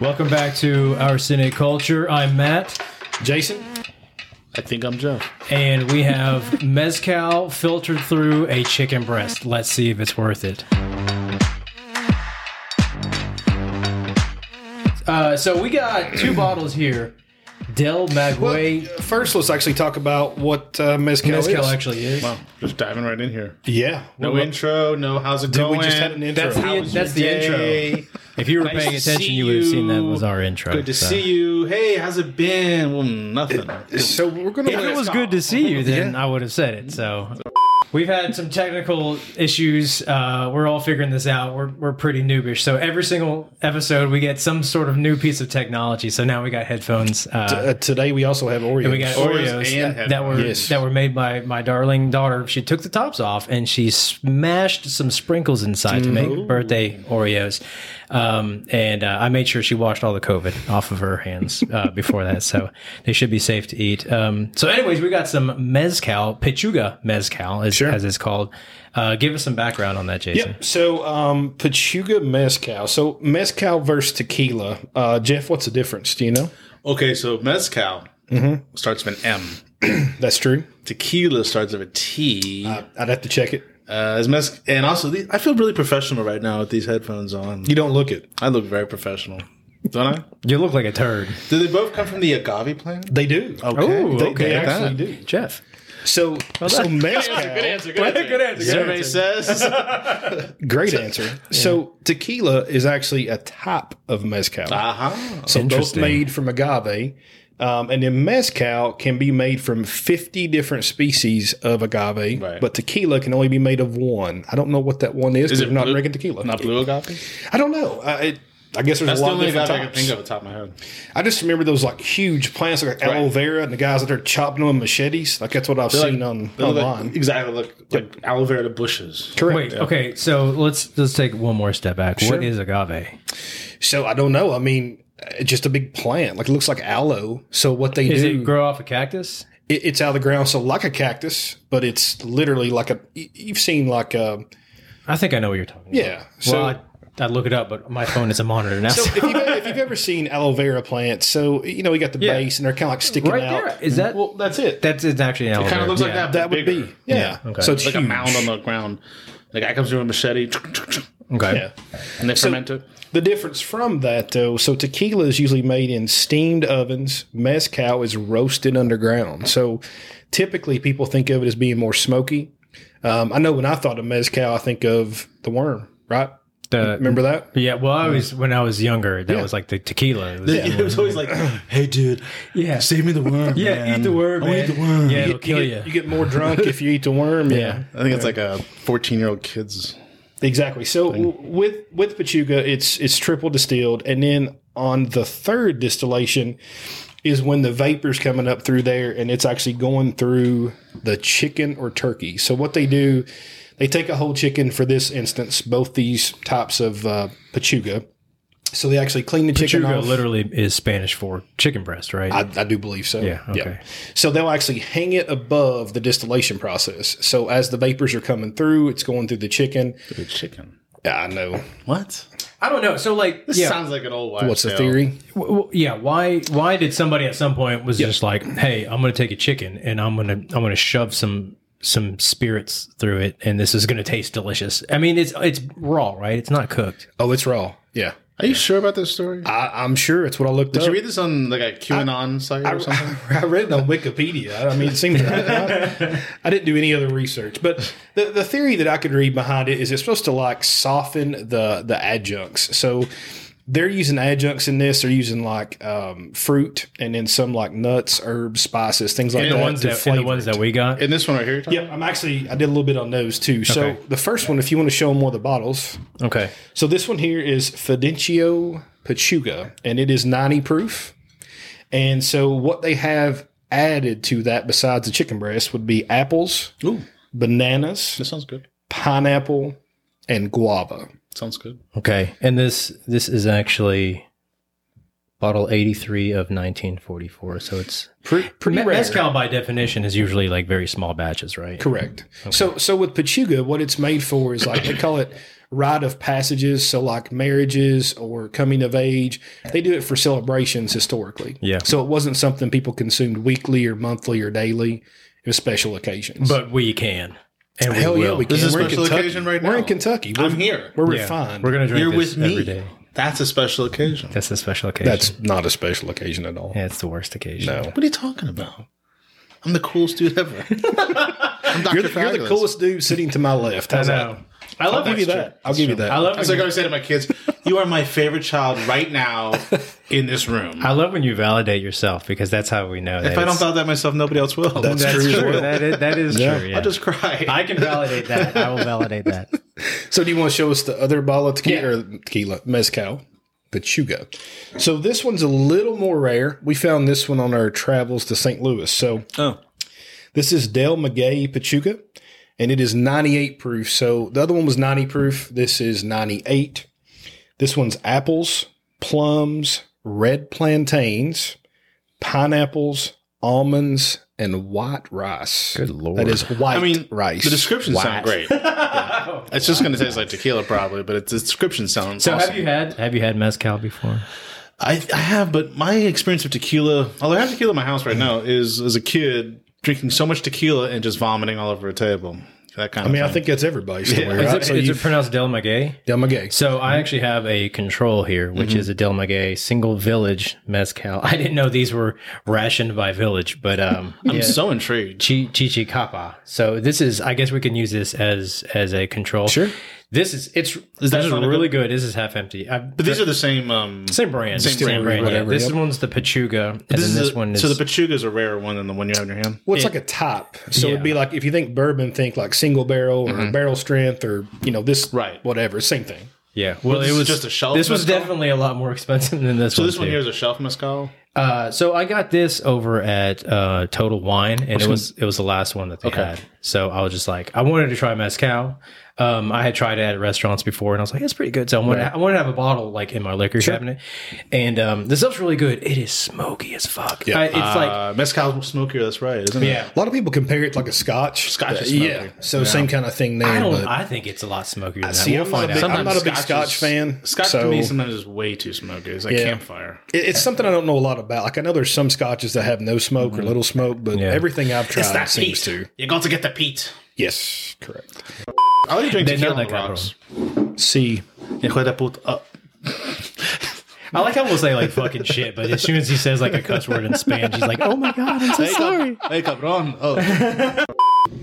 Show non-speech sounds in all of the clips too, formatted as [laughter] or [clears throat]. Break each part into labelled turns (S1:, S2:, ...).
S1: Welcome back to our Cine Culture. I'm Matt,
S2: Jason? I think I'm Joe.
S1: and we have mezcal filtered through a chicken breast. Let's see if it's worth it. Uh, so we got two bottles here. Del Maguey
S3: First, let's actually talk about what uh, mezcal,
S1: mezcal
S3: is.
S1: actually is.
S2: Wow, just diving right in here.
S3: Yeah.
S2: No
S3: Well,
S2: intro, no how's it
S3: Dude,
S2: going.
S3: we just had an intro.
S2: That's
S1: That's the-
S2: the,
S1: that's the
S2: intro.
S1: If you were
S2: Nice
S1: paying
S2: to
S1: attention,
S2: see
S1: you would have seen that
S2: you.
S1: was our intro.
S2: Good to
S1: so.
S2: see you. Hey, how's it been? Well, nothing.
S3: so we're gonna.
S1: If it was good to see you, then I would have said it. So we've had some technical issues. Uh, we're all figuring this out. We're, we're pretty noobish. So every single episode, we get some sort of new piece of technology. So now we got headphones. Uh,
S3: uh, today we also have Oreos.
S1: we got
S2: Oreos
S1: Oreos,
S2: and
S1: that- that were
S3: headphones. Yes.
S1: that were made by my darling daughter. She took the tops off and she smashed some sprinkles inside to
S3: Mm-hmm.
S1: make birthday Oreos. Um, and uh, I made sure she washed all the COVID off of her hands uh, [laughs] before that, so they should be safe to eat. Um, so, anyways, we got some mezcal, Pechuga mezcal, as, as it's called. Uh, give us some background on that, Jason.
S3: Yep. So, um, Pachuga mezcal. So, mezcal versus tequila. Uh, Jeff, what's the difference? Do you know?
S2: Okay, so mezcal
S3: Mm-hmm.
S2: starts with an M.
S3: That's true.
S2: Tequila starts with a T. Uh,
S3: I'd have to check it.
S2: is mez- and also, the- I feel really professional right now with these headphones on.
S3: You don't look it.
S2: I look very professional, don't I?
S1: You look like a turd.
S2: Do they both come from the agave plant?
S3: They do.
S2: Okay.
S1: Ooh,
S3: they,
S1: okay.
S3: they
S2: like
S3: actually
S2: that.
S3: do.
S1: Jeff.
S3: So, so
S1: [laughs]
S3: mezcal.
S1: Good answer.
S3: [laughs]
S2: Survey says.
S3: Great answer. So, tequila is actually a type of mezcal.
S2: uh-huh.
S3: So both
S1: Interesting.
S3: made from agave. Um, and then mezcal can be made from 50 different species of agave,
S2: Right.
S3: but tequila can only be made of one. I don't know what that one is. Is
S2: it
S3: it not
S2: blue-
S3: drinking tequila?
S2: Not blue agave?
S3: I don't know. I, it, I guess there's
S2: That's
S3: a
S2: the
S3: lot of
S2: only agave
S3: different
S2: I can
S3: types.
S2: think of at the top of my head.
S3: I just remember those like huge plants like aloe
S2: Right.
S3: vera and the guys out there chopping them with machetes. Like that's what I've seen on
S2: They look like-
S3: online.
S2: exactly, look like aloe vera bushes.
S3: Correct.
S1: Wait. Okay. So let's let's take one more step back. What is agave?
S3: So I don't know. I mean, it's just a big plant. Like it looks like aloe. So what they
S1: Is
S3: do
S1: it grow off a cactus?
S3: it, it's out of the ground, so like a cactus, but it's literally like a. you- You've seen like a
S1: I think I know what you're talking about.
S3: yeah. So
S1: well, I, I look it up, but my phone is a monitor now. [laughs]
S3: if, you've, e, if you've ever seen aloe vera plants, so you know we got the
S1: Yeah.
S3: base and they're kind of like sticking
S1: right
S3: out.
S1: there. Is that
S3: Well, that's it.
S1: that's it's actually an
S2: Kind
S1: aloe
S2: of
S1: vera.
S2: looks like
S1: Yeah.
S2: that.
S3: that would
S2: bigger.
S3: be yeah.
S1: okay.
S3: So it's
S2: like a
S3: huge.
S2: mound on the ground. The guy comes through with a machete,
S1: Okay.
S3: Yeah.
S2: and they ferment it.
S3: The difference from that though, so tequila is usually made in steamed ovens. Mezcal is roasted underground. So typically people think of it as being more smoky. Um, I know when I thought of mezcal, I think of the worm. Right?
S1: The-
S3: Remember that?
S1: yeah. Well, I was when I was younger. That was like the tequila. It was-
S2: [laughs] It was always [laughs] like, "Hey, dude,
S1: yeah.
S2: save me the worm.
S1: Yeah,
S2: man.
S1: eat the worm.
S3: Oh,
S2: I wanna
S1: man.
S2: eat the worm.
S1: Yeah, it'll
S3: you
S1: kill you.
S3: get, you get more drunk if you eat the worm. Yeah,
S2: I think it's like a fourteen-year-old kid's.
S3: exactly. So w- with with Pachuga, it's it's triple distilled, and then on the third distillation is when the vapors coming up through there, and it's actually going through the chicken or turkey. So what they do, they take a whole chicken for this instance, both these types of uh, Pachuga. So they actually clean the chicken
S1: Chuga
S3: off.
S1: literally is Spanish for chicken breast, right?
S3: I, I do believe so.
S1: Yeah, okay.
S3: So they'll actually hang it above the distillation process. So as the vapors are coming through, it's going through the chicken.
S2: The chicken.
S3: Yeah, I know.
S2: What?
S1: I don't know. So like,
S2: This
S1: yeah,
S2: sounds like an old wives'
S3: What's the
S2: tale.
S3: theory?
S1: w- w- yeah. Why? Why did somebody at some point was just like, "Hey, I'm going to take a chicken and I'm going to I'm going to shove some some spirits through it, and this is going to taste delicious." I mean, it's it's raw, right? It's not cooked.
S3: Oh, it's raw. Yeah.
S2: Are you sure about this story?
S3: I, I'm sure it's what I looked
S2: Uh, Did
S3: up.
S2: you read this on like a QAnon site or [laughs] something?
S3: [laughs] I read it on Wikipedia. I mean, it seems I, I didn't do any other research, but the, the theory that I could read behind it is it's supposed to like soften the the adjuncts. So they're using adjuncts in this. They're using like um, fruit and then some like nuts, herbs, spices, things like
S1: And the
S3: that.
S1: ones
S3: to
S1: that and the
S3: flavor
S1: ones
S3: it.
S1: that we got.
S2: In this one right here. you're talking
S3: Yep, I'm actually I did a little bit on those too. So the first one, if you want to show them more of the bottles,
S1: Okay.
S3: so this one here is Fidencio Pachuga, and it is 90 proof. And so what they have added to that besides the chicken breast would be apples,
S2: about? Ooh,
S3: bananas,
S2: this sounds good.
S3: pineapple, and guava.
S2: Sounds good.
S1: Okay. And this this is actually bottle 83 of 1944. So it's
S3: Pretty, pretty
S1: Me-
S3: rare.
S1: mezcal by definition is usually like very small batches, right?
S3: Correct. So so with Pachuga, what it's made for is like they call it rite of passages. So like marriages or coming of age, they do it for celebrations historically.
S1: Yeah.
S3: So it wasn't something people consumed weekly or monthly or daily. It was special occasions.
S1: But we can. And we
S3: hell yeah,
S1: will.
S3: we can.
S2: This is a
S3: We're in
S2: special
S3: Kentucky.
S2: occasion right now.
S3: We're in Kentucky. We're,
S2: I'm here.
S3: We're
S1: Yeah.
S3: refined.
S1: We're going to drink
S2: You're
S1: this
S2: with me.
S1: every day.
S2: That's a special occasion.
S1: That's a special occasion.
S3: That's not a special occasion at all.
S1: yeah, it's the worst occasion.
S3: No.
S2: What are you talking about? I'm the coolest dude ever. [laughs] I'm Dr.
S3: You're the, you're the
S2: Fabulous.
S3: coolest dude sitting to my left. How's
S1: I know.
S3: that?
S2: I love
S3: I'll give you
S2: that.
S3: that. I'll give you that.
S2: I love. It's
S1: when
S2: like I always say to my kids, "You are my favorite child right now in this room."
S1: I love when you validate yourself because that's how we know that
S2: if I don't
S1: it's-
S2: validate myself, nobody else will.
S3: That's
S1: that's
S3: true as
S1: true.
S3: well.
S1: That is, that is
S3: Yeah.
S1: true.
S2: I'll
S1: Yeah.
S2: just cry.
S1: I can validate that. I will validate that.
S3: So do you want to show us the other bottle of tequila, or tequila mezcal, Pachuga? So this one's a little more rare. We found this one on our travels to St. Louis. So
S2: oh,
S3: this is Del Maguey Pachuga, and it is 98 proof. So the other one was 90 proof. This is 98. This one's apples, plums, red plantains, pineapples, almonds, and white rice.
S1: Good lord.
S3: That is white
S2: I mean,
S3: rice.
S2: The descriptions
S3: White.
S2: sound [laughs] great. It's just going to taste like tequila, probably, but it's, the description sounds.
S1: So
S2: awesome.
S1: have you had have you had mezcal before?
S2: I, I have, but my experience of tequila, although I have tequila in my house right now, is as a kid drinking so much tequila and just vomiting all over a table. That
S3: I
S2: kind of.
S3: mean, I
S2: thing.
S3: think that's everybody's story,
S1: Is
S3: right?
S1: it,
S3: so
S1: is
S3: you,
S1: it pronounced Del Maguey?
S3: Del Maguey.
S1: So I actually have a control here, which is a Del Maguey single village mezcal. [laughs] I didn't know these were rationed by village, but um,
S2: I'm
S1: yeah.
S2: so intrigued.
S1: Chi- Chichicapa. So this is, I guess we can use this as as a control.
S3: Sure.
S1: This is it's
S2: Is that
S1: this is
S2: not a
S1: really good. This is half empty. I,
S2: But these are the same. Um,
S1: same brand.
S2: Same brand,
S1: yeah.
S3: whatever,
S1: This
S3: yep.
S1: one's the Pachuga, and
S2: this
S1: then
S2: is
S1: this
S2: a-
S1: one is
S2: so the pachuga is a rarer one than the one you have in your hand.
S3: Well, it's like a type. So
S1: Yeah. Mm-hmm.
S3: it'd be like if you think bourbon, think like single barrel or barrel strength or you know this
S2: Right.
S3: whatever. Same thing.
S1: yeah. Well,
S2: this
S1: it
S2: is
S1: was
S2: just a shelf
S1: This was
S2: mezcal?
S1: definitely a lot more expensive than this.
S2: So
S1: one
S2: this one
S1: too.
S2: here is a shelf mezcal.
S1: Uh, so I got this over at uh, Total Wine, and it was it was the last one that they had. So I was just like, I wanted to try mezcal. Um, I had tried it at restaurants before, and I was like, it's pretty good. So I wanted, I wanted to have a bottle like in my liquor cabinet, and um, this stuff's really good. It is smoky as fuck. I, it's like
S2: Uh, mezcal smokier. That's right, isn't it?
S1: yeah.
S3: A lot of people compare it to like a Scotch.
S2: Scotch is
S3: Uh, yeah.
S2: smoky.
S3: So same kind of thing there.
S1: I don't.
S3: but
S1: I think it's a lot smokier than that.
S3: see,
S1: we'll
S3: I'm,
S1: find
S3: not a
S1: out.
S3: big, I'm not a big
S2: Scotch
S3: Scotch
S2: is-
S3: fan.
S2: Scotch
S3: so
S2: to me sometimes is way too smoky. It's like campfire.
S3: it- it's something I don't know a lot about. Like I know there's some Scotches that have no smoke or little smoke, but
S1: Mm-hmm. Yeah.
S3: everything I've tried
S2: peat.
S3: seems to.
S2: You got to get the peat.
S3: Yes, correct.
S2: I like to drink
S1: They're
S2: tequila
S1: not
S2: on
S1: that
S2: the
S1: kind of
S2: rocks.
S3: See,
S2: Hijo de puta. Uh,
S1: I like how we'll say like fucking shit, but as soon as he says like a cuss word in Spanish, he's like, oh my god, I'm so
S2: [laughs] hey,
S1: sorry.
S2: cab- hey, cabron. Oh,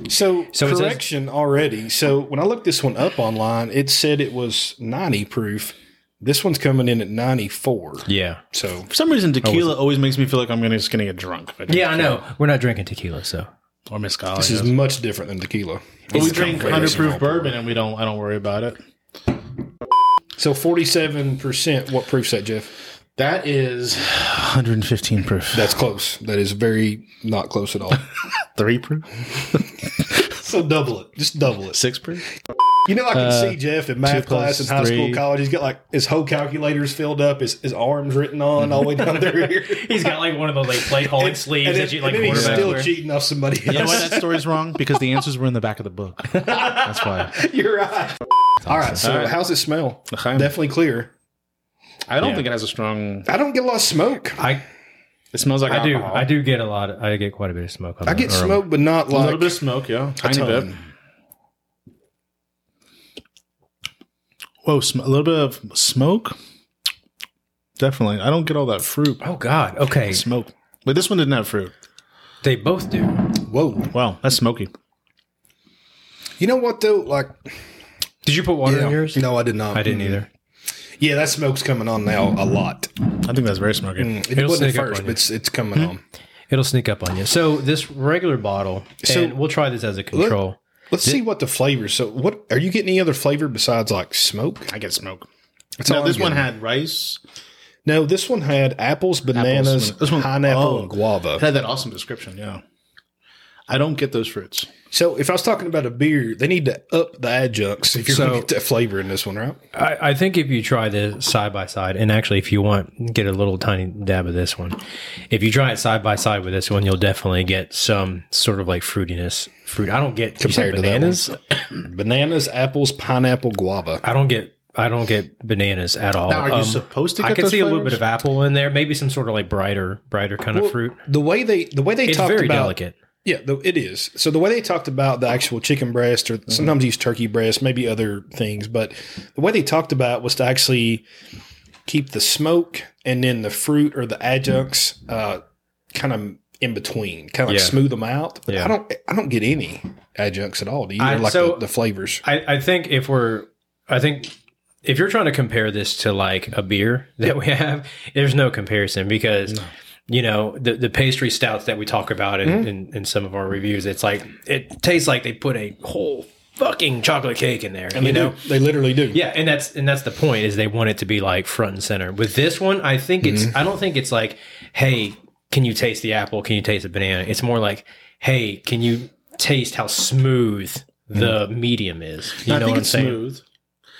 S3: So,
S1: So it says-
S3: correction already. So when I looked this one up online, it said it was 90 proof. This one's coming in at 94.
S1: Yeah.
S3: So
S2: [laughs] for some reason, tequila always makes me feel like I'm gonna just gonna get drunk. if I drink
S1: Yeah, I know. We're not drinking tequila, so
S2: tequila Or mezcal.
S3: this is much different than tequila.
S2: but we
S3: It's
S2: drink
S3: completely
S2: 100 proof
S3: small.
S2: bourbon, and we don't. I don't worry about it.
S3: So 47%. What proof's that, Jeff?
S2: That is 115 proof.
S3: That's close. That is very not close at all.
S2: Three proof.
S3: so double it. Just double it.
S2: Six proof.
S3: You know, I can see Jeff in math
S2: plus
S3: class in high
S2: three.
S3: school, college. He's got like his whole calculators filled up, his, his arms written on all the way down through here.
S1: He's got like one of those like plate holding sleeves
S3: And then,
S1: that you like
S3: and then he's
S1: quarterback
S3: still
S1: wear.
S3: cheating off somebody else.
S2: You know why that story's wrong? Because the answers were in the back of the book. That's why.
S3: [laughs] You're right. All right. So,
S2: All right.
S3: how's it smell?
S2: Okay.
S3: Definitely clear.
S2: I don't
S1: Yeah.
S2: think it has a strong.
S3: I don't get a lot of smoke.
S1: I
S2: It smells like
S1: I do
S2: alcohol.
S1: I do get a lot. Of, I get quite a bit of smoke. On um,
S3: I
S1: that
S3: get
S1: aroma.
S3: smoke, but not
S2: A
S3: like
S2: little bit of smoke, yeah. Tiny
S3: ton.
S2: bit. Whoa, sm- a little bit of smoke. Definitely. I don't get all that fruit.
S1: Oh God. Okay.
S2: Smoke. But this one didn't have fruit.
S1: They both do.
S3: Whoa.
S2: Wow, that's smoky.
S3: You know what though? Like
S1: Did you put water in yours?
S3: No, I did not.
S1: I didn't either.
S3: Yeah, that smoke's coming on now a lot.
S2: I think that's very smoky.
S3: It
S1: It'll
S3: wasn't at
S1: sneak up
S3: first,
S1: on you.
S3: but
S1: Hmm?
S3: it's, it's coming on.
S1: It'll sneak up on you. So this regular bottle,
S3: So-
S1: and we'll try this as a control.
S3: Let's see what the flavors. So, what are you getting? Any other flavor besides like smoke?
S2: I get smoke.
S3: That's all
S2: No,
S3: I'm
S2: this one
S3: getting.
S2: had rice.
S3: No, this one had apples, bananas,
S2: This one-
S3: pineapple,
S2: oh.
S3: and
S2: It
S3: guava.
S2: had that awesome description, yeah. I don't get those fruits.
S3: So if I was talking about a beer, they need to up the adjuncts if you're
S1: So-
S3: going to get that flavor in this one, right?
S1: I, I think if you try this side by side, and actually, if you want, get a little tiny dab of this one. If you try it side by side with this one, you'll definitely get some sort of like fruitiness. Fruit. I don't get compared
S3: Compared
S1: to
S3: to that one.
S1: bananas.
S3: Bananas, apples, pineapple, guava.
S1: I don't get. I don't get bananas at all.
S2: Now, are you
S1: Um,
S2: supposed to get
S1: I can
S2: those
S1: see a little
S2: flavors?
S1: bit of apple in there, maybe some sort of like brighter, brighter kind of
S3: Well,
S1: fruit.
S3: The way they the way they
S1: It's
S3: talked
S1: very
S3: about
S1: delicate.
S3: yeah, the, it is. So the way they talked about the actual chicken breast, or sometimes use turkey breast, maybe other things, but the way they talked about was to actually keep the smoke and then the fruit or the adjuncts uh, kind of in between, kind of like
S1: Yeah.
S3: smooth them out. But
S1: Yeah.
S3: I don't I don't get any adjuncts at all. Do you
S1: I-
S3: Or like
S1: so-
S3: the, the flavors?
S1: I, I think if we're, I think if you're trying to compare this to like a beer [laughs] that we have, there's no comparison because. You know the the pastry stouts that we talk about in, in, in some of our reviews. It's like it tastes like they put a whole fucking chocolate cake in there.
S3: And
S1: you
S3: they
S1: know,
S3: do. they literally do.
S1: yeah, and that's and that's the point is they want it to be like front and center. With this one, I think it's
S2: Mm-hmm.
S1: I don't think it's like, hey, can you taste the apple? Can you taste the banana? It's more like, hey, can you taste how smooth the medium is? You
S2: Mm-hmm. I
S1: know
S2: think
S1: what I'm
S2: it's
S1: saying?
S2: smooth.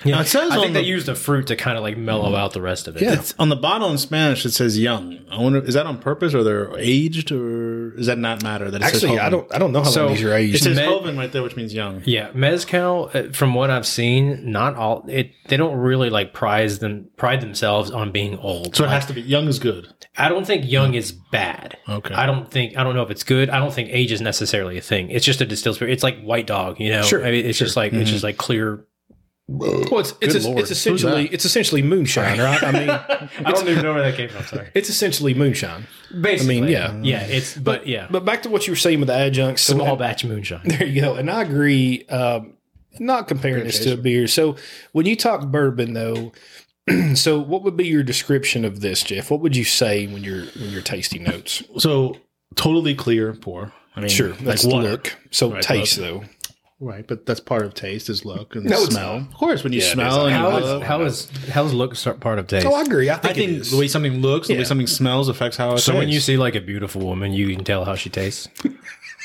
S1: Yeah.
S2: Now, it says
S1: I think
S2: on
S1: they
S2: the- Mm-hmm.
S1: use the fruit to kind of like mellow out the rest of it.
S3: Yeah.
S2: It's on the bottle in Spanish. It says young. I wonder is that on purpose or they're aged or does that not matter? That it says
S3: Actually, I
S2: Hoven?
S3: don't I don't know how
S1: So,
S3: long these are
S2: It
S3: aged.
S2: says
S1: Me-
S2: Hoven right there, which means young.
S1: Yeah, mezcal. uh, From what I've seen, not all it. They don't really like prize them pride themselves on being old.
S2: So it has to be young is good.
S1: I don't think young is bad.
S2: Okay.
S1: I don't think I don't know if it's good. I don't think age is necessarily a thing. It's just a distilled spirit. It's like white dog, you know.
S3: Sure.
S1: I mean, it's just like it's just like clear.
S3: Well, it's it's,
S2: Good
S3: es-
S2: Lord.
S3: it's essentially
S2: Who's
S3: it's essentially moonshine, right?
S1: [laughs]
S3: I mean,
S1: I don't even know where that came from. Sorry.
S3: it's essentially moonshine.
S1: Basically,
S3: yeah.
S1: yeah. It's but yeah,
S3: But back to what you were saying with the adjuncts. So-
S1: small batch moonshine.
S3: there you go. And I agree. Um, not comparing this to a beer. So when you talk bourbon, though, [clears throat] so what would be your description of this, Jeff? What would you say when you're when you're tasting notes?
S2: So totally clear, pour. I mean,
S3: Sure,
S2: like
S3: that's
S2: water.
S3: look. So
S2: Right,
S3: taste though.
S2: Right, but that's part of taste is look and
S3: No, it's
S2: smell.
S3: not.
S2: Of course, when you
S3: Yeah, it
S2: smell
S3: is.
S2: and you
S1: How
S2: look-
S1: is how is how is look start part of taste?
S3: Oh, I agree. I
S2: I
S3: think,
S2: think
S3: it is.
S2: the way something looks, the way
S3: Yeah.
S2: something smells affects how it
S1: so when you
S2: tastes.
S1: see like a beautiful woman, you can tell how she tastes.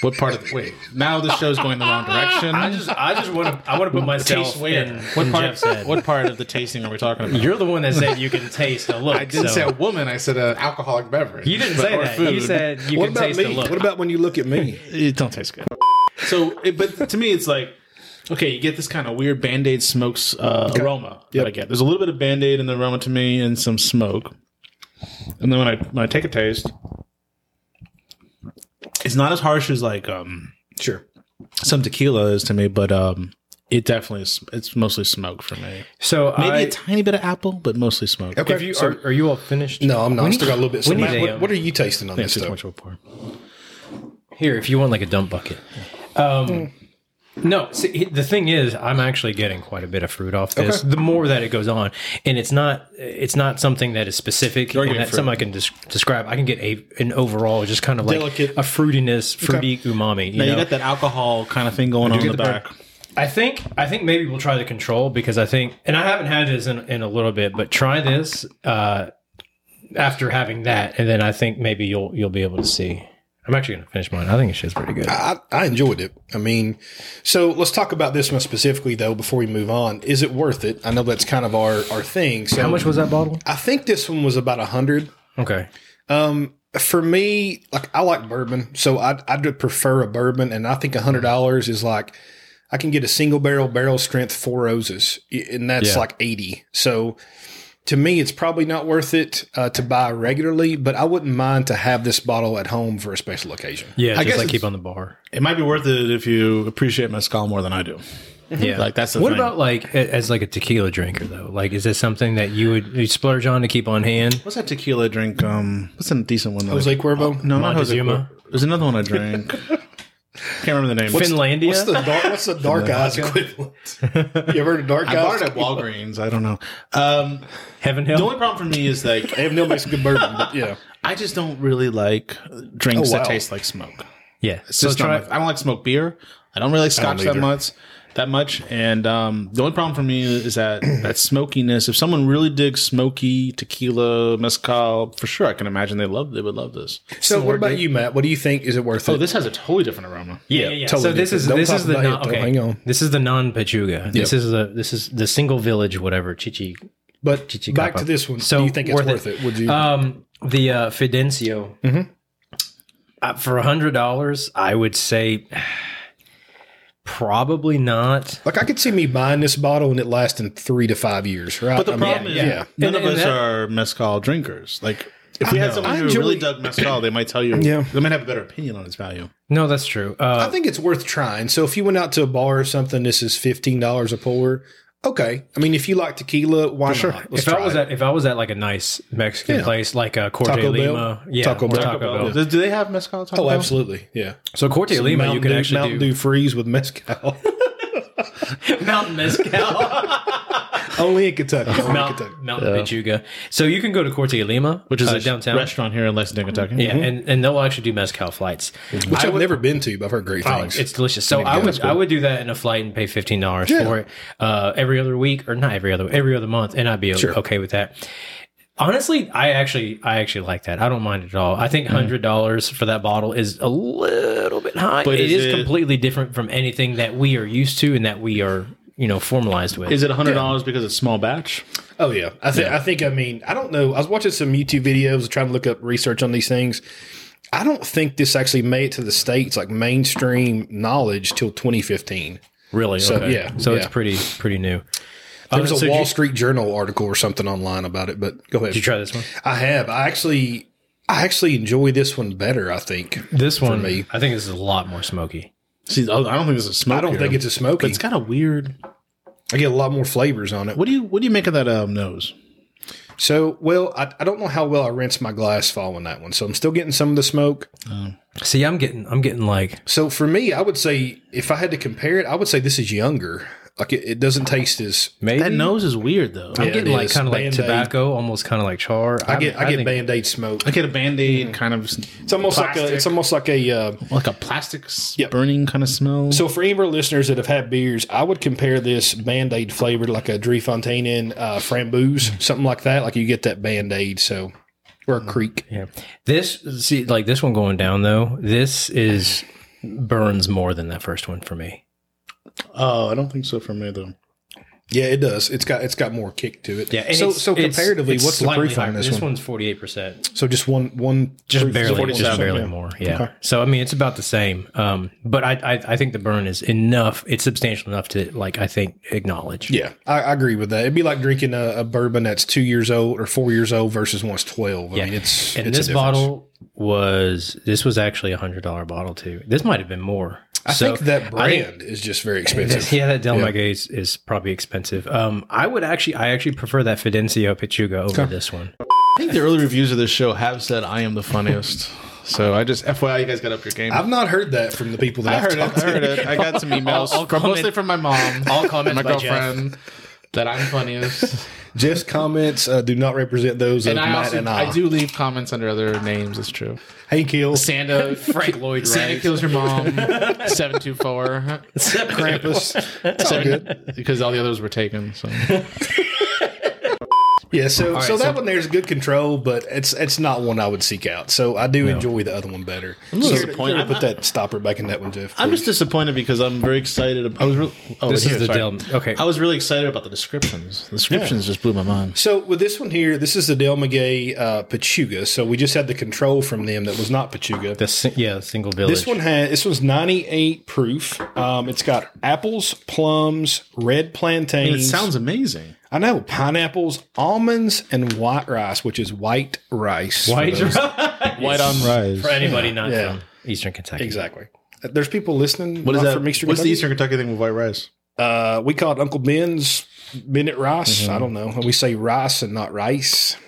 S2: what part of the, wait now the show's going the wrong direction.
S1: I just I just want to I [laughs] want to put myself
S2: taste where?
S1: in
S2: what
S1: in
S2: part?
S1: Jeff's head.
S2: What part of the tasting are we talking about?
S1: You're the one that said you can taste a look.
S2: I didn't
S1: so-
S2: say a woman. I said an alcoholic beverage.
S1: you didn't
S2: But-
S1: say
S2: or
S1: that. You
S2: food.
S1: said you
S3: what
S1: can
S3: about
S1: taste a
S3: me?
S1: look.
S3: What about when you look at me?
S2: it don't taste good. So, it, but to me, it's like okay, you get this kind of weird Band Aid smokes uh, aroma that I get. There's a little bit of Band Aid in the aroma to me, and some smoke. And then when I when I take a taste, it's not as harsh as like um,
S3: Sure.
S2: some tequila is to me, but um, it definitely is. It's mostly smoke for me.
S1: so
S2: Maybe
S1: I,
S2: a tiny bit of apple, but mostly smoke.
S3: Okay.
S1: If you
S3: so-
S1: are, are you all finished?
S3: no, I'm not. I
S1: We
S3: still got a little bit.
S1: we
S3: So Matt,
S1: need a,
S3: what,
S1: um,
S3: what are you tasting on this
S2: Too
S3: though?
S2: much of a pour.
S1: Here, if you want like a dump bucket. Um,
S3: Hmm.
S1: no, see, he- the thing is, I'm actually getting quite a bit of fruit off this. The more that it goes on, and it's not, it's not something that is specific. And
S2: getting
S1: that's something I can des- describe. I can get a an overall, just kind of like
S2: Delicate.
S1: a fruitiness, fruity umami. You
S2: Now
S1: know?
S2: you got that alcohol kind of thing going on in the,
S1: get the
S2: back.
S1: I think I think maybe we'll try the control because I think, and I haven't had this in, in a little bit, but try this uh, after having that, and then I think maybe you'll you'll be able to see. I'm actually gonna finish mine. I think it's just pretty good.
S3: I, I enjoyed it. I mean, so let's talk about this one specifically though before we move on. Is it worth it? I know that's kind of our our thing. So
S1: How much was that bottle?
S3: I think this one was about a hundred.
S1: Okay.
S3: Um, for me, like I like bourbon, so I I would prefer a bourbon, and I think a hundred dollars is like I can get a single barrel barrel strength four roses, y- and that's
S1: Yeah.
S3: like eighty. So to me, it's probably not worth it uh, to buy regularly, but I wouldn't mind to have this bottle at home for a special occasion.
S1: Yeah,
S2: I
S1: just
S2: guess
S1: like
S2: it's-
S1: keep on the bar.
S2: It might be worth it if you appreciate mezcal more than I do.
S1: Yeah.
S2: Like that's the
S1: what
S2: thing.
S1: about like a- as like a tequila drinker though? Like, is this something that you would you splurge on to keep on hand?
S2: what's that tequila drink? Um, what's a decent one?
S3: Jose
S1: Oh,
S3: Cuervo.
S2: no, not Jose.
S1: Montezuma?
S2: Cuervo. There's another one I [laughs] drank. Can't remember the name.
S1: Finlandia.
S3: What's the dark?
S1: [laughs]
S3: What's the dark eyes equivalent? You ever heard of dark
S2: I bought
S3: eyes?
S2: it at Walgreens. I don't know. Um,
S1: Heaven
S2: the
S1: Hill.
S2: only problem for me is like
S3: They have no makes a good bourbon,
S1: [laughs]
S3: but yeah.
S2: I just don't really like drinks
S3: Oh, wow.
S2: that taste like smoke.
S1: Yeah.
S2: It's
S1: So
S2: just not
S1: try.
S2: my- I don't like smoked beer. I don't really like scotch that
S3: either.
S2: much. that much. And um, the only problem for me is that that smokiness. If someone really digs smoky tequila, mezcal, for sure, I can imagine they love they would love this.
S3: So, what about you, Matt? What do you think? Is it worth
S2: Oh,
S3: it?
S2: this has a totally different aroma.
S1: Yeah, yeah. yeah.
S3: totally
S1: so this
S3: different.
S1: is
S3: Don't
S1: this
S3: talk
S1: is the
S3: about
S1: non,
S3: it, though.
S1: okay.
S3: Hang on.
S1: This is the non Pachuga. This is the this is the single village whatever Chichi.
S3: But
S1: Chichicapa.
S3: back to this one.
S1: So
S3: do you think it's
S1: worth
S3: worth,
S1: it.
S3: it? Would you?
S1: Um, the uh, Fidencio.
S3: Mhm.
S1: Uh, for a hundred dollars, I would say probably not.
S3: like I could see me buying this bottle and it lasting three to five years, right?
S2: But the
S3: I mean,
S2: problem is,
S3: yeah,
S2: none
S1: And-
S2: of
S1: and
S2: us
S1: that-
S2: are mezcal drinkers. Like, if
S3: I
S2: we had
S3: know.
S2: someone
S3: I
S2: who
S3: enjoy-
S2: really dug mezcal, they might tell you.
S3: Yeah.
S2: They might have a better opinion on its value.
S1: No, that's true. Uh,
S3: I think it's worth trying. So if you went out to a bar or something, this is fifteen dollars a pour. Okay, I mean if you like tequila, why
S2: sure.
S3: not?
S1: if I was
S3: it.
S1: at if I was at like a nice Mexican
S3: Yeah.
S1: place like a Corte
S3: Taco Bell?
S1: Lima, yeah,
S3: Taco
S1: or
S3: Bell.
S1: Taco Bell.
S2: Do, do they have mezcal? at Taco
S3: oh,
S2: Bell?
S3: absolutely, yeah.
S1: So Corte Lima, you could
S3: Dew,
S1: actually
S3: Mountain
S1: do
S3: Dew freeze with mezcal. [laughs]
S1: Mountain Mezcal.
S3: Only in Kentucky. Only in Kentucky.
S1: Mount, Mountain Pachuga. So you can go to Corte Lima,
S2: Which is
S1: uh,
S2: a
S1: downtown.
S2: restaurant here in Lexington, Kentucky.
S1: yeah, and, and they'll actually do mezcal flights.
S3: Which
S1: I
S3: I've
S1: would-
S3: never been to, but I've heard great things.
S1: It's delicious. So I would I would do that in a flight and pay fifteen dollars
S3: Yeah.
S1: for it uh, every other week or not every other every other month, and I'd be o-
S3: Sure.
S1: okay with that. Honestly, I actually I actually like that. I don't mind it at all. I think hundred dollars for that bottle is a little bit high. But it
S2: is
S1: is
S2: it-
S1: completely different from anything that we are used to and that we are you know formalized with.
S2: Is it hundred dollars because it's small batch?
S3: Oh yeah, I think I think I mean I don't know. I was watching some YouTube videos trying to look up research on these things. I don't think this actually made it to the states like mainstream knowledge till 2015.
S1: really? So,
S3: yeah,
S1: So it's
S3: yeah.
S1: pretty pretty new.
S3: There was a
S1: so did
S3: Wall
S1: you-
S3: Street Journal article or something online about it, but go ahead.
S1: Did you try this one?
S3: I have. I actually I actually enjoy this one better, I think.
S1: This one,
S3: me.
S1: I think, this is a lot more smoky.
S2: See, I don't think it's a smoke.
S3: I don't
S2: here,
S3: think it's a smoky.
S2: But it's got a weird.
S3: I get a lot more flavors on it.
S2: What do you What do you make of that um, nose?
S3: So, well, I, I don't know how well I rinsed my glass following that one. So I'm still getting some of the smoke.
S1: See, I'm getting I'm getting like
S3: So for me, I would say if I had to compare it, I would say this is younger. Like it, it doesn't taste as
S1: maybe
S2: That nose is weird though.
S1: I'm
S3: Yeah,
S1: getting
S3: it
S1: like
S3: is.
S1: kind of like
S3: Band-Aid.
S1: tobacco, almost kind of like char.
S3: I get I, get
S1: think-
S3: band aid smoke.
S2: I get a band aid kind of.
S3: It's almost like a it's almost like a uh,
S2: like a plastic s-
S3: Yep.
S2: burning kind of smell.
S3: So for any of our listeners that have had beers, I would compare this Band-Aid flavored like a Dreefontaine in uh, Framboose, something like that. Like you get that Band-Aid, so or a creek.
S1: Yeah. This see like this one going down though. This is burns more than that first one for me.
S2: oh, I don't think so for me though.
S3: Yeah, it does. It's got it's got more kick to it.
S1: and
S3: so
S1: it's-
S3: so
S1: it's-
S3: comparatively,
S1: it's
S3: what's the
S1: slightly
S3: proof on
S1: higher.
S3: this, one?
S1: one's forty eight percent,
S3: So just one one
S1: just
S3: proof-
S1: barely,
S3: 47,
S1: just barely
S3: yeah.
S1: more. Yeah. So I mean, it's about the same. Um, but I, I I think the burn is enough. It's substantial enough to like I think acknowledge.
S3: Yeah, I, I agree with that. It'd be like drinking a, a bourbon that's two years old or four years old versus one's twelve. I mean, it's
S1: And
S3: it's a
S1: this
S3: difference.
S1: bottle was this was actually a hundred dollar bottle too. This might have been more.
S3: I
S1: So
S3: think that
S1: I think-
S3: brand is just very expensive.
S1: Yeah, that Del Maguey is, is probably expensive. Um, I would actually, I actually prefer that Fidencio Pichuga over this one.
S2: I think the early reviews of this show have said I am the funniest. so I just FYI, you guys got up your game.
S3: I've not heard that from the people that
S2: I
S3: I've
S2: heard
S3: talked
S2: it. I heard it. I got some emails,
S1: All- all
S2: from, mostly
S1: comment-
S2: from my mom,
S1: all comments
S2: my
S1: by Jeff.
S2: girlfriend, that I'm funniest.
S3: Jeff's comments uh, do not represent those
S2: and
S3: of
S2: I
S3: Matt
S2: also
S3: and
S2: I.
S3: I.
S2: do leave comments under other names. It's true.
S3: Hey, Kill.
S2: [laughs] Santa
S1: Frank Lloyd
S2: Santa
S1: Wright.
S2: kills your mom. Seven two four.
S3: Krampus. It's all good.
S2: Because all the others were taken. So
S3: Yeah, so so
S1: so-
S3: that one there's good control, but it's it's not one I would seek out. So I do enjoy the other one better. I'm so
S2: disappointed.
S3: you're gonna put that stopper back in that one, Jeff.
S2: I'm just disappointed because I'm very excited. I was really. Oh,
S1: This
S2: here,
S1: is the
S2: sorry.
S1: Del. Okay,
S2: I was really excited about the descriptions. The descriptions just blew my mind.
S3: so with this one here, this is the Del Maguey uh, Pachuga. So we just had the control from them that was not Pachuga.
S1: the si- yeah single village.
S3: This one has this one's 98 proof. Um, it's got apples, plums, red plantains.
S2: It sounds amazing.
S3: I know pineapples, almonds, and white rice, which is white rice. for
S1: white,
S3: those-
S1: [laughs]
S2: White on rise.
S1: for anybody not
S3: Yeah.
S1: from Eastern Kentucky.
S3: Exactly. Uh, There's people listening.
S2: What is
S3: not
S2: that?
S3: From Eastern
S2: What's the
S3: Kentucky.
S2: Eastern Kentucky thing with white rice?
S3: Uh, we call it Uncle Ben's Bennett Rice.
S2: Mm-hmm.
S3: I don't know. We say rice and not rice.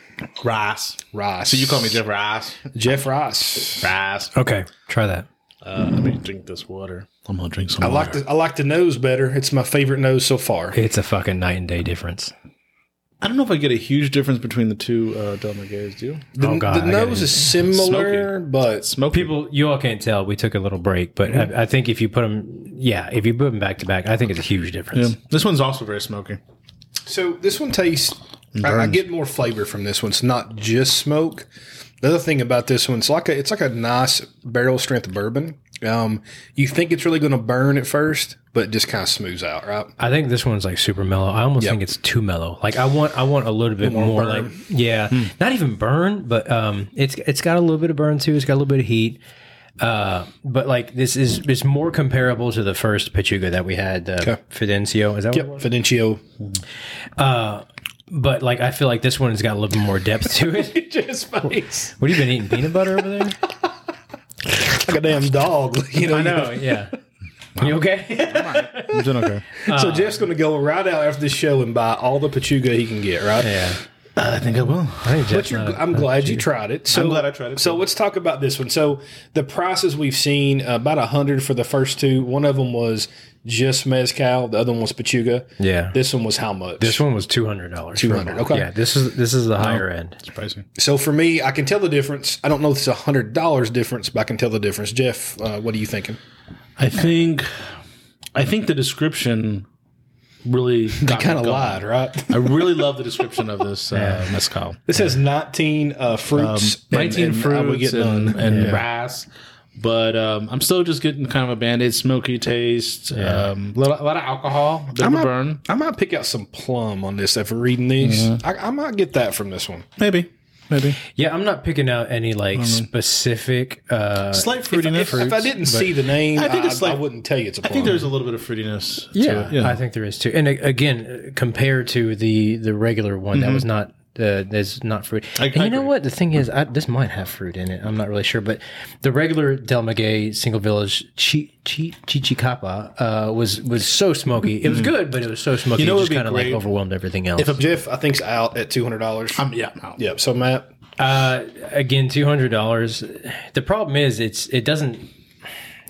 S2: Rice.
S3: Rice.
S2: So you call me Jeff Rice?
S3: Jeff Rice.
S2: Rice.
S1: Okay, try that.
S2: Uh, let me drink this water. I'm gonna drink some.
S3: I
S1: Oh,
S3: like the I like the nose better. It's my favorite nose so far.
S1: It's a fucking night and day difference.
S2: I don't know if I get a huge difference between the two uh, Del Marguerite's. Do you?
S3: The,
S1: Oh, God,
S3: the
S1: I gotta
S3: nose is similar, but
S2: Smoke
S1: People, you all can't tell. We took a little break, but I, I think if you put them, yeah, if you put them back to back, I think it's a huge difference.
S2: This one's also very smoky.
S3: so this one tastes. I, I
S2: burns.
S3: get more flavor from this one. It's not just smoke. The other thing about this one, it's like a, it's like a nice barrel strength bourbon. Um, you think it's really going to burn at first, but it just kind of smooths out, right?
S1: I think this one's like super mellow. I almost think it's too mellow. Like I want, I want a little bit more,
S3: burn.
S1: like yeah, not even burn, but um, it's it's got a little bit of burn too. It's got a little bit of heat. Uh, but like this is it's more comparable to the first Pachuga that we had, uh, Fidencio. Is that what it was?
S3: Fidencio.
S1: But like I feel like this one's got a little bit more depth to it.
S3: just face.
S1: what have you been eating? Peanut butter over there?
S3: Like a damn dog. [laughs] You know,
S1: [laughs] yeah. You okay?
S2: I'm doing okay.
S1: Uh.
S3: So Jeff's going to go right out after this show and buy all the pachuga he can get, right?
S1: yeah.
S2: [laughs] I think I will.
S1: I think
S3: But
S1: Jeff's
S3: you're,
S1: not-
S3: Uh, I'm glad you tried it. So,
S2: I'm glad I tried it,
S3: So
S2: too.
S3: let's talk about this one. So the prices we've seen uh, about a hundred for the first two. One of them was just mezcal. The other one was pachuga.
S1: Yeah.
S3: This one was how much?
S1: This one was two hundred dollars. Two
S3: $200, okay.
S1: Yeah, this is this is the higher end.
S2: Pricey.
S3: So for me, I can tell the difference. I don't know if it's a hundred dollars difference, but I can tell the difference. Jeff, uh, what are you thinking?
S2: I think. I think the description really they
S3: Kind of lied, right?
S2: I really love the description of this uh, mezcal.
S3: [laughs] This has nineteen uh, fruits. and-
S2: 19
S3: and I would
S2: fruits
S3: get
S2: Um, and, uh,
S3: none.
S2: and
S3: Yeah.
S2: brass. But um, I'm still just getting kind of a band-aid smoky taste. Um, a, lot, a lot of alcohol, a bit
S3: I
S2: of a
S3: might,
S2: burn. Mm-hmm.
S3: I might pick out some plum on this after reading these. I, I might get that from this one.
S2: Maybe. Maybe.
S1: Yeah, I'm not picking out any like
S2: Mm-hmm.
S1: specific. uh
S2: Slight fruitiness.
S3: If, if I didn't see the name, I,
S2: I think
S3: I,
S2: it's like-
S3: I wouldn't tell you it's a plum.
S2: I think there's a little bit of fruitiness.
S1: yeah,
S2: to it.
S1: I think there is too. And a- again, uh, compared to the the regular one that was not. Uh, there's not fruit. and you
S2: Mm-hmm.
S1: know
S2: I agree. Mm-hmm.
S1: what? The thing is, I, this might have fruit in it. I'm not really sure, but the regular Del Maguey Single Village Chi Chi Chichicapa uh, was was so smoky. It was good, but it was so smoky.
S2: Mm-hmm. You know
S1: it
S2: what
S1: just
S2: would be
S1: kind of like
S2: great?
S1: overwhelmed everything else.
S3: Jeff, I think's out at two hundred dollars.
S2: I'm, yeah. I'm out.
S3: Yep. So Matt,
S1: Uh, again, two hundred dollars. The problem is, it's it doesn't.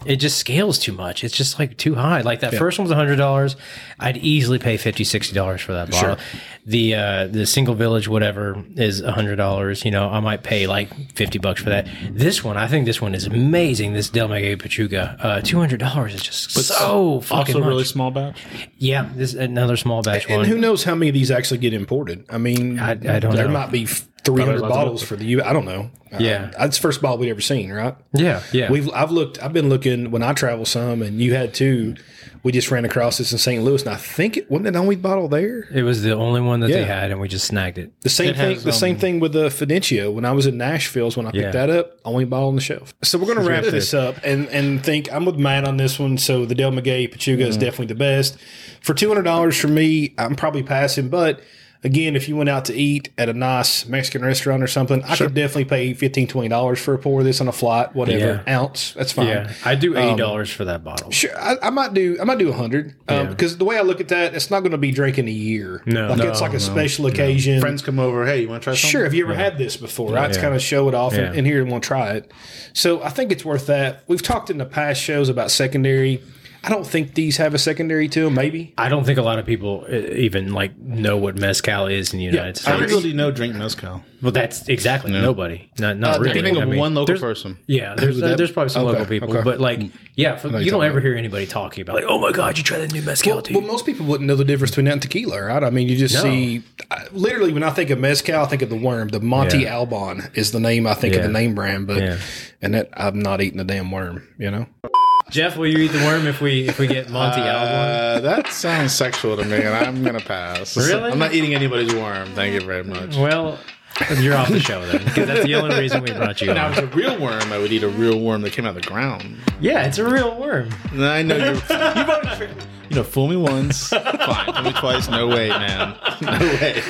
S1: It just scales too much. It's just like too high. Like that first one was hundred dollars. I'd easily pay 50 dollars for that bottle. The uh, the single village whatever is hundred dollars. You know, I might pay like fifty bucks for that. This one, I think this one is amazing. This Del Maguey Pachuga, uh, two hundred dollars is just so fucking
S2: Also
S1: much.
S2: really small batch.
S1: yeah. This another small batch
S3: and
S1: one.
S3: who knows how many of these actually get imported? I mean,
S1: I don't
S3: There
S1: know.
S3: might be three hundred
S2: Probably lots of
S3: bottles for the U. I don't know.
S1: Yeah.
S3: Uh, that's the first bottle we've ever seen, right?
S1: yeah, yeah.
S3: We've I've looked. I've been looking when I travel some, and you had two. We just ran across this in St. Louis, and I think it wasn't it the only bottle there.
S1: it was the only one that they
S3: Yeah.
S1: had, and we just snagged it.
S3: The same
S2: It
S3: thing.
S2: has,
S3: the same
S2: um,
S3: thing with the Fidencio. When I was in Nashville, is when I picked
S1: Yeah.
S3: that up. Only bottle on the shelf. So we're going to wrap
S1: That's
S3: this up and and think I'm with Matt on this one. So the Del Maguey Pachuga is
S1: Mm-hmm.
S3: definitely the best. For two hundred dollars for me, I'm probably passing. But again, if you went out to eat at a nice Mexican restaurant or something, I could definitely pay 15 dollars for a pour of this on a flight, whatever ounce. That's fine.
S1: Yeah, I do eighty dollars for that bottle.
S3: Sure, I, I might do. I might do a hundred um, because the way I look at that, it's not going to be drinking a year.
S1: No.
S3: like
S1: No,
S3: it's like a special occasion.
S2: Friends come over. Hey, you want to try something?
S3: Sure, have you ever had this before? Right, it's kind of show it off, and,
S1: Yeah.
S3: and here and we'll try it. So I think it's worth that. We've talked in the past shows about secondary. I don't think these have a secondary to them. Maybe
S1: I don't think a lot of people uh, even like know what mezcal is in the United
S2: I
S1: States.
S2: really know drink mezcal.
S1: well, that's exactly nobody. Not, not
S2: I
S1: really.
S2: can think
S1: I
S2: of
S1: mean,
S2: Uh, one local
S1: there's-
S2: person.
S1: Yeah, there's uh, there's probably some
S3: Okay,
S1: local people,
S3: okay.
S1: but like, yeah, for, you
S3: you're
S1: don't
S3: talking
S1: ever hear anybody talking about like, oh my god, you try the new mezcal, dude.
S3: Well, most people wouldn't know the difference between that and tequila, right? I mean, you just
S1: No.
S3: see, I, literally, when I think of mezcal, I think of the worm. The Monte
S1: Yeah.
S3: Alban is the name I think of the
S1: Yeah.
S3: name brand, but
S1: Yeah.
S3: and that I'm not eating the damn worm, you know.
S1: Jeff, will you eat the worm if we if we get Monty Albon?
S4: Uh, that sounds sexual to me, and I'm gonna pass.
S1: Really?
S4: I'm not eating anybody's worm. Thank you very much.
S1: Well, you're off the show then, because that's the only reason we brought you.
S4: If I
S1: on.
S4: was a real worm, I would eat a real worm that came out of the ground.
S1: Yeah, it's a real worm.
S4: And I know you.
S2: [laughs]
S4: you know, fool me once, fine. Fool me twice, [laughs] no way, man, no way.